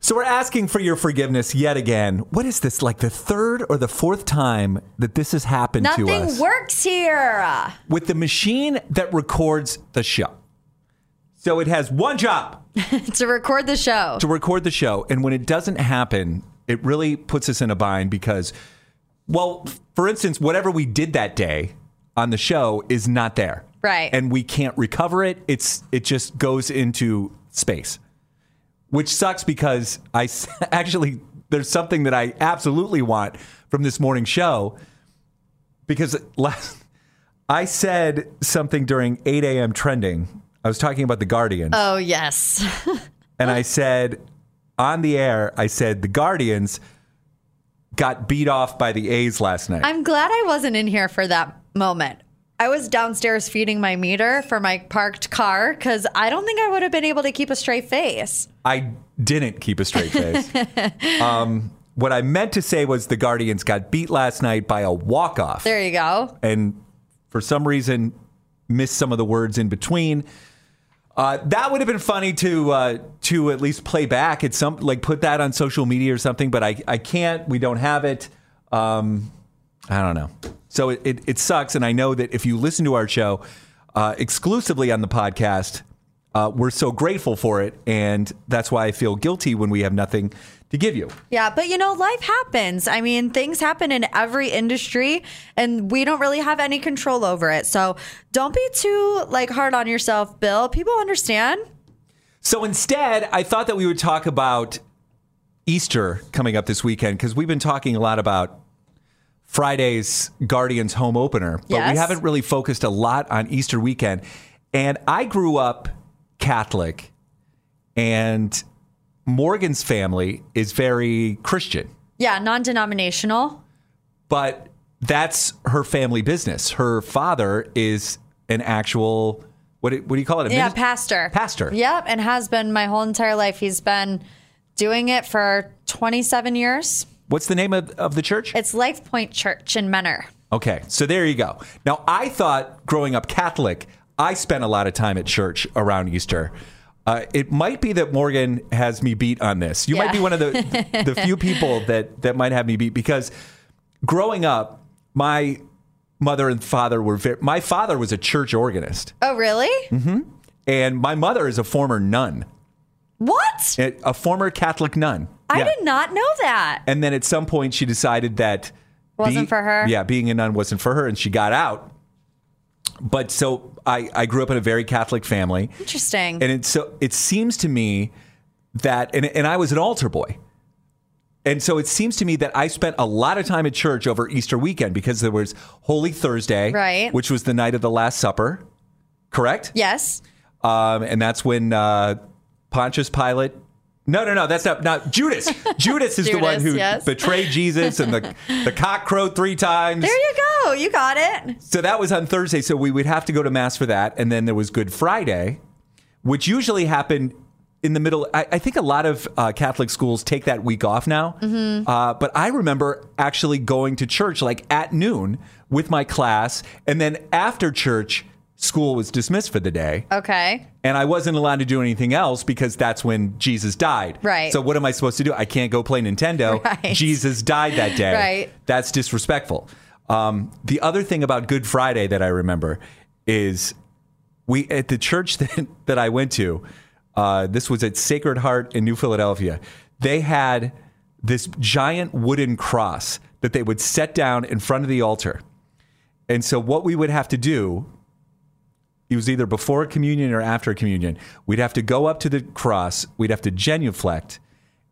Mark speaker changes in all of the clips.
Speaker 1: So we're asking for your forgiveness yet again. What is this like the third or the fourth time that this has happened
Speaker 2: Nothing
Speaker 1: to us?
Speaker 2: works here.
Speaker 1: With the machine that records the show. So it has one job
Speaker 2: to record the show.
Speaker 1: to record the show and when it doesn't happen, it really puts us in a bind because well, for instance, whatever we did that day on the show is not there.
Speaker 2: Right.
Speaker 1: And we can't recover it. It's it just goes into space. Which sucks because I s- actually there's something that I absolutely want from this morning show because last I said something during 8 a.m. trending. I was talking about the Guardians.
Speaker 2: oh, yes.
Speaker 1: And I said on the air, I said the Guardians got beat off by the A's last night.
Speaker 2: I'm glad I wasn't in here for that moment. I was downstairs feeding my meter for my parked car because I don't think I would have been able to keep a straight face.
Speaker 1: I didn't keep a straight face. um, what I meant to say was the Guardians got beat last night by a walk off,
Speaker 2: There you go.
Speaker 1: and for some reason missed some of the words in between. Uh, that would have been funny to uh, to at least play back at some like put that on social media or something, but I I can't. We don't have it. Um, I don't know. So it, it it sucks, and I know that if you listen to our show uh, exclusively on the podcast, uh, we're so grateful for it, and that's why I feel guilty when we have nothing to give you.
Speaker 2: Yeah, but you know, life happens. I mean, things happen in every industry and we don't really have any control over it. So don't be too like hard on yourself, Bill. People understand.
Speaker 1: So instead, I thought that we would talk about Easter coming up this weekend because we've been talking a lot about Friday's Guardians home opener, but we
Speaker 2: Yes.
Speaker 1: haven't really focused a lot on Easter weekend. And I grew up Catholic, and Morgan's family is very Christian,
Speaker 2: Yeah, non denominational.
Speaker 1: but that's her family business. Her father is an actual what do, what do you call it? A
Speaker 2: Yeah,
Speaker 1: minis-
Speaker 2: pastor.
Speaker 1: Pastor.
Speaker 2: Yep, and has been my whole entire life. He's been doing it for 27 years.
Speaker 1: What's the name of, of the church?
Speaker 2: It's Life Point Church in Menor.
Speaker 1: Okay, so there you go. Now, I thought growing up Catholic, I spent a lot of time at church around Easter. Uh, it might be that Morgan has me beat on this. You might
Speaker 2: Yeah.
Speaker 1: be one of the the few people that that might have me beat because growing up, my mother and father were very, my father was a church organist,
Speaker 2: Oh, really?
Speaker 1: Mm-hmm. and my mother is a former nun,
Speaker 2: What?
Speaker 1: a a former Catholic nun.
Speaker 2: I
Speaker 1: Yeah.
Speaker 2: did not know that.
Speaker 1: And then at some point, she decided that
Speaker 2: Wasn't for her?
Speaker 1: Yeah, being a nun wasn't for her, and she got out. But so I, I grew up in a very Catholic family,
Speaker 2: Interesting.
Speaker 1: and it so it seems to me that and and I was an altar boy, and so it seems to me that I spent a lot of time at church over Easter weekend because there was Holy Thursday,
Speaker 2: Right.
Speaker 1: which was the night of the Last Supper, correct?
Speaker 2: yes.
Speaker 1: Um, and that's when uh, Pontius Pilate. No, no, no. That's not not Judas. Judas is the one
Speaker 2: Judas,
Speaker 1: who
Speaker 2: yes.
Speaker 1: betrayed Jesus, and the the cock crowed three times.
Speaker 2: There you go. You got it.
Speaker 1: So that was on Thursday. So we would have to go to mass for that, and then there was Good Friday, which usually happened in the middle. I, I think a lot of uh, Catholic schools take that week off now.
Speaker 2: Mm-hmm.
Speaker 1: Uh, but I remember actually going to church like at noon with my class, and then after church, school was dismissed for the day
Speaker 2: Okay.
Speaker 1: and I wasn't allowed to do anything else because that's when Jesus died.
Speaker 2: Right.
Speaker 1: So what am I supposed to do? I can't go play Nintendo.
Speaker 2: Right.
Speaker 1: Jesus died that day.
Speaker 2: Right.
Speaker 1: That's disrespectful. Um, the other thing about Good Friday that I remember is we at the church that, that I went to. Uh, this was at Sacred Heart in New Philadelphia. They had this giant wooden cross that they would set down in front of the altar. And so what we would have to do, it was either before communion or after communion, we'd have to go up to the cross, we'd have to genuflect,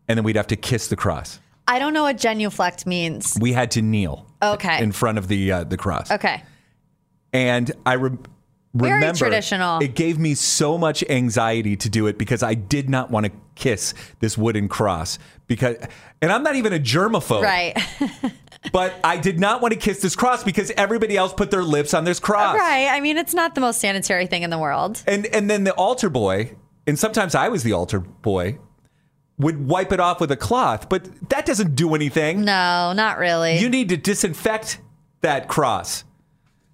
Speaker 1: and then we'd have to kiss the cross.
Speaker 2: I don't know what genuflect means.
Speaker 1: We had to kneel
Speaker 2: Okay.
Speaker 1: in front of the uh, the cross.
Speaker 2: Okay.
Speaker 1: And I re-
Speaker 2: Very
Speaker 1: remember,
Speaker 2: traditional.
Speaker 1: It gave me so much anxiety to do it because I did not want to kiss this wooden cross because, and I'm not even a germaphobe,
Speaker 2: Right.
Speaker 1: But I did not want to kiss this cross because everybody else put their lips on this cross,
Speaker 2: right. I mean, it's not the most sanitary thing in the world.
Speaker 1: And and then the altar boy, and sometimes I was the altar boy, would wipe it off with a cloth, but that doesn't do anything.
Speaker 2: No, not really.
Speaker 1: You need to disinfect that cross.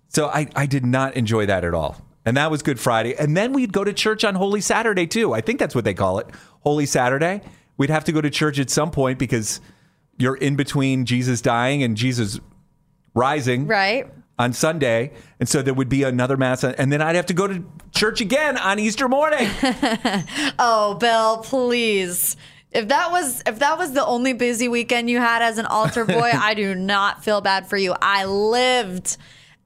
Speaker 1: So I, I did not enjoy that at all. And that was Good Friday. And then we'd go to church on Holy Saturday too. I think that's what they call it. Holy Saturday. We'd have to go to church at some point because you're in between Jesus dying and Jesus rising
Speaker 2: right.
Speaker 1: on Sunday. And so there would be another mass. on- And then I'd have to go to church again on Easter morning.
Speaker 2: Oh, Bill, please. If that was if that was the only busy weekend you had as an altar boy, I do not feel bad for you. I lived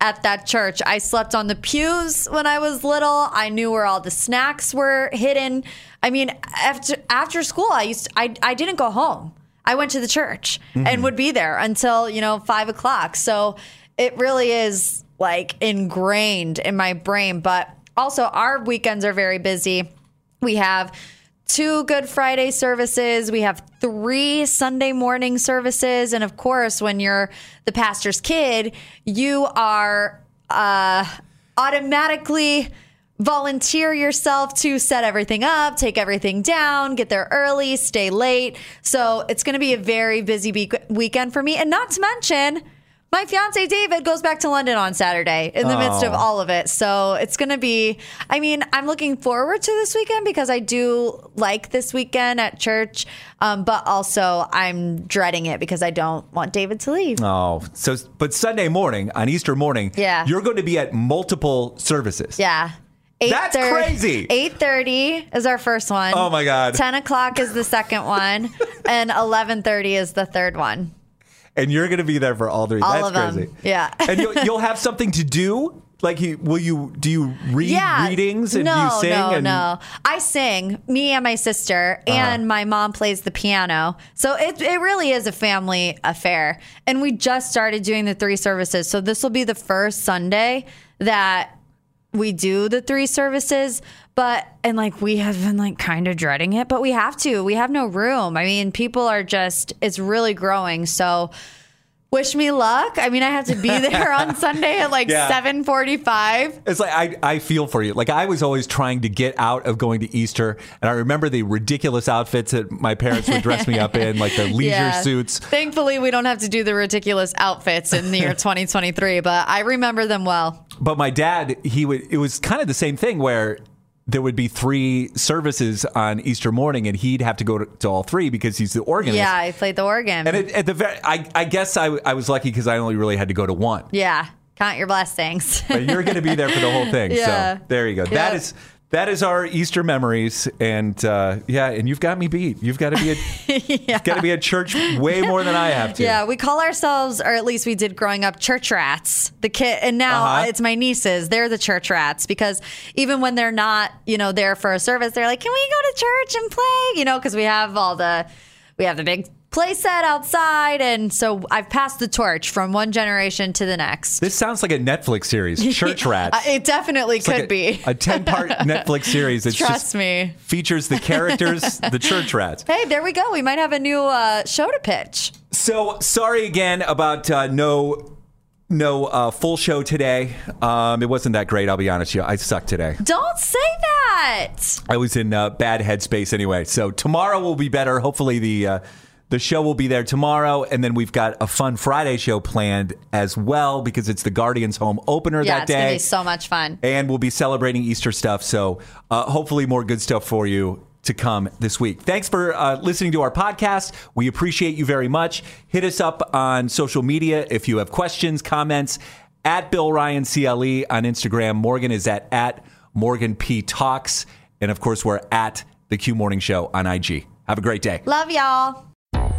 Speaker 2: at that church. I slept on the pews when I was little. I knew where all the snacks were hidden. I mean, after after school, I used I I didn't go home. I went to the church and would be there until you know five o'clock. So it really is like ingrained in my brain. But also, our weekends are very busy. We have two Good Friday services. We have three Sunday morning services. And of course, when you're the pastor's kid, you are uh, automatically volunteer yourself to set everything up, take everything down, get there early, stay late. So it's going to be a very busy be- weekend for me. And not to mention, my fiance David goes back to London on Saturday in the midst of all of it. So it's going to be, I mean, I'm looking forward to this weekend because I do like this weekend at church, um, but also I'm dreading it because I don't want David to leave.
Speaker 1: Oh, so but Sunday morning on Easter morning,
Speaker 2: Yeah.
Speaker 1: you're going to be at multiple services.
Speaker 2: Yeah.
Speaker 1: That's
Speaker 2: 8:30
Speaker 1: crazy.
Speaker 2: 8.30 is our first one.
Speaker 1: Oh my God.
Speaker 2: 10 o'clock is the second one. and 11.30 is the third one.
Speaker 1: and you're going to be there for all three.
Speaker 2: All
Speaker 1: That's
Speaker 2: of 'em.
Speaker 1: crazy.
Speaker 2: Yeah.
Speaker 1: and you'll, you'll have something to do. Like, you, will you do you read
Speaker 2: yeah,
Speaker 1: readings and
Speaker 2: no,
Speaker 1: you sing?
Speaker 2: No,
Speaker 1: and, Uh-huh.
Speaker 2: no, I sing. Me and my sister and my mom plays the piano. So it it really is a family affair. And we just started doing the three services. So this will be the first Sunday that we do the three services. But and like we have been like kind of dreading it, but we have to. We have no room. I mean, people are just it's really growing. So wish me luck. I mean, I have to be there on Sunday at like
Speaker 1: Yeah.
Speaker 2: 7:45.
Speaker 1: It's like I, I feel for you. Like I was always trying to get out of going to Easter, and I remember the ridiculous outfits that my parents would dress me up in, like the leisure suits.
Speaker 2: Thankfully, we don't have to do the ridiculous outfits in the year 2023, but I remember them well.
Speaker 1: But my dad, he would. It was kind of the same thing where there would be three services on Easter morning, and he'd have to go to, to all three because he's the organist.
Speaker 2: Yeah, I played the organ.
Speaker 1: And it, at the very, I, I guess I, I was lucky because I only really had to go to one.
Speaker 2: yeah, count your blessings.
Speaker 1: But you're going to be there for the whole thing.
Speaker 2: Yeah.
Speaker 1: So there you go. That
Speaker 2: Yep.
Speaker 1: is that is our Easter memories, and uh, yeah, and you've got me beat. You've got to be at you've got to be at church way more than I have to.
Speaker 2: yeah, we call ourselves, or at least we did growing up, church rats. The kid, and now
Speaker 1: Uh-huh.
Speaker 2: it's my nieces. They're the church rats because even when they're not, you know, there for a service, they're like, "Can we go to church and play?" You know, because we have all the, we have the big play set outside, and so I've passed the torch from one generation to the next.
Speaker 1: This sounds like a Netflix series, Church Rats.
Speaker 2: Uh, it definitely
Speaker 1: It's
Speaker 2: could
Speaker 1: like a,
Speaker 2: be.
Speaker 1: a ten-part Netflix series. That
Speaker 2: Trust
Speaker 1: just
Speaker 2: me.
Speaker 1: features the characters, the church rats.
Speaker 2: Hey, there we go. We might have a new uh, show to pitch.
Speaker 1: So sorry again about uh, no no uh, full show today. Um, it wasn't that great. I'll be honest with you. I sucked today.
Speaker 2: Don't say that.
Speaker 1: I was in uh, bad headspace anyway. So tomorrow will be better. Hopefully the uh, the show will be there tomorrow, and then we've got a fun Friday show planned as well because it's the Guardians' home opener
Speaker 2: yeah,
Speaker 1: that
Speaker 2: it's gonna
Speaker 1: day,
Speaker 2: be so much fun.
Speaker 1: and we'll be celebrating Easter stuff. So uh, hopefully more good stuff for you to come this week. Thanks for uh, listening to our podcast. We appreciate you very much. Hit us up on social media if you have questions, comments. At Bill Ryan CLE on Instagram. Morgan is at at Morgan P Talks. And of course, we're at the Q Morning Show on IG. Have a great day.
Speaker 2: Love y'all.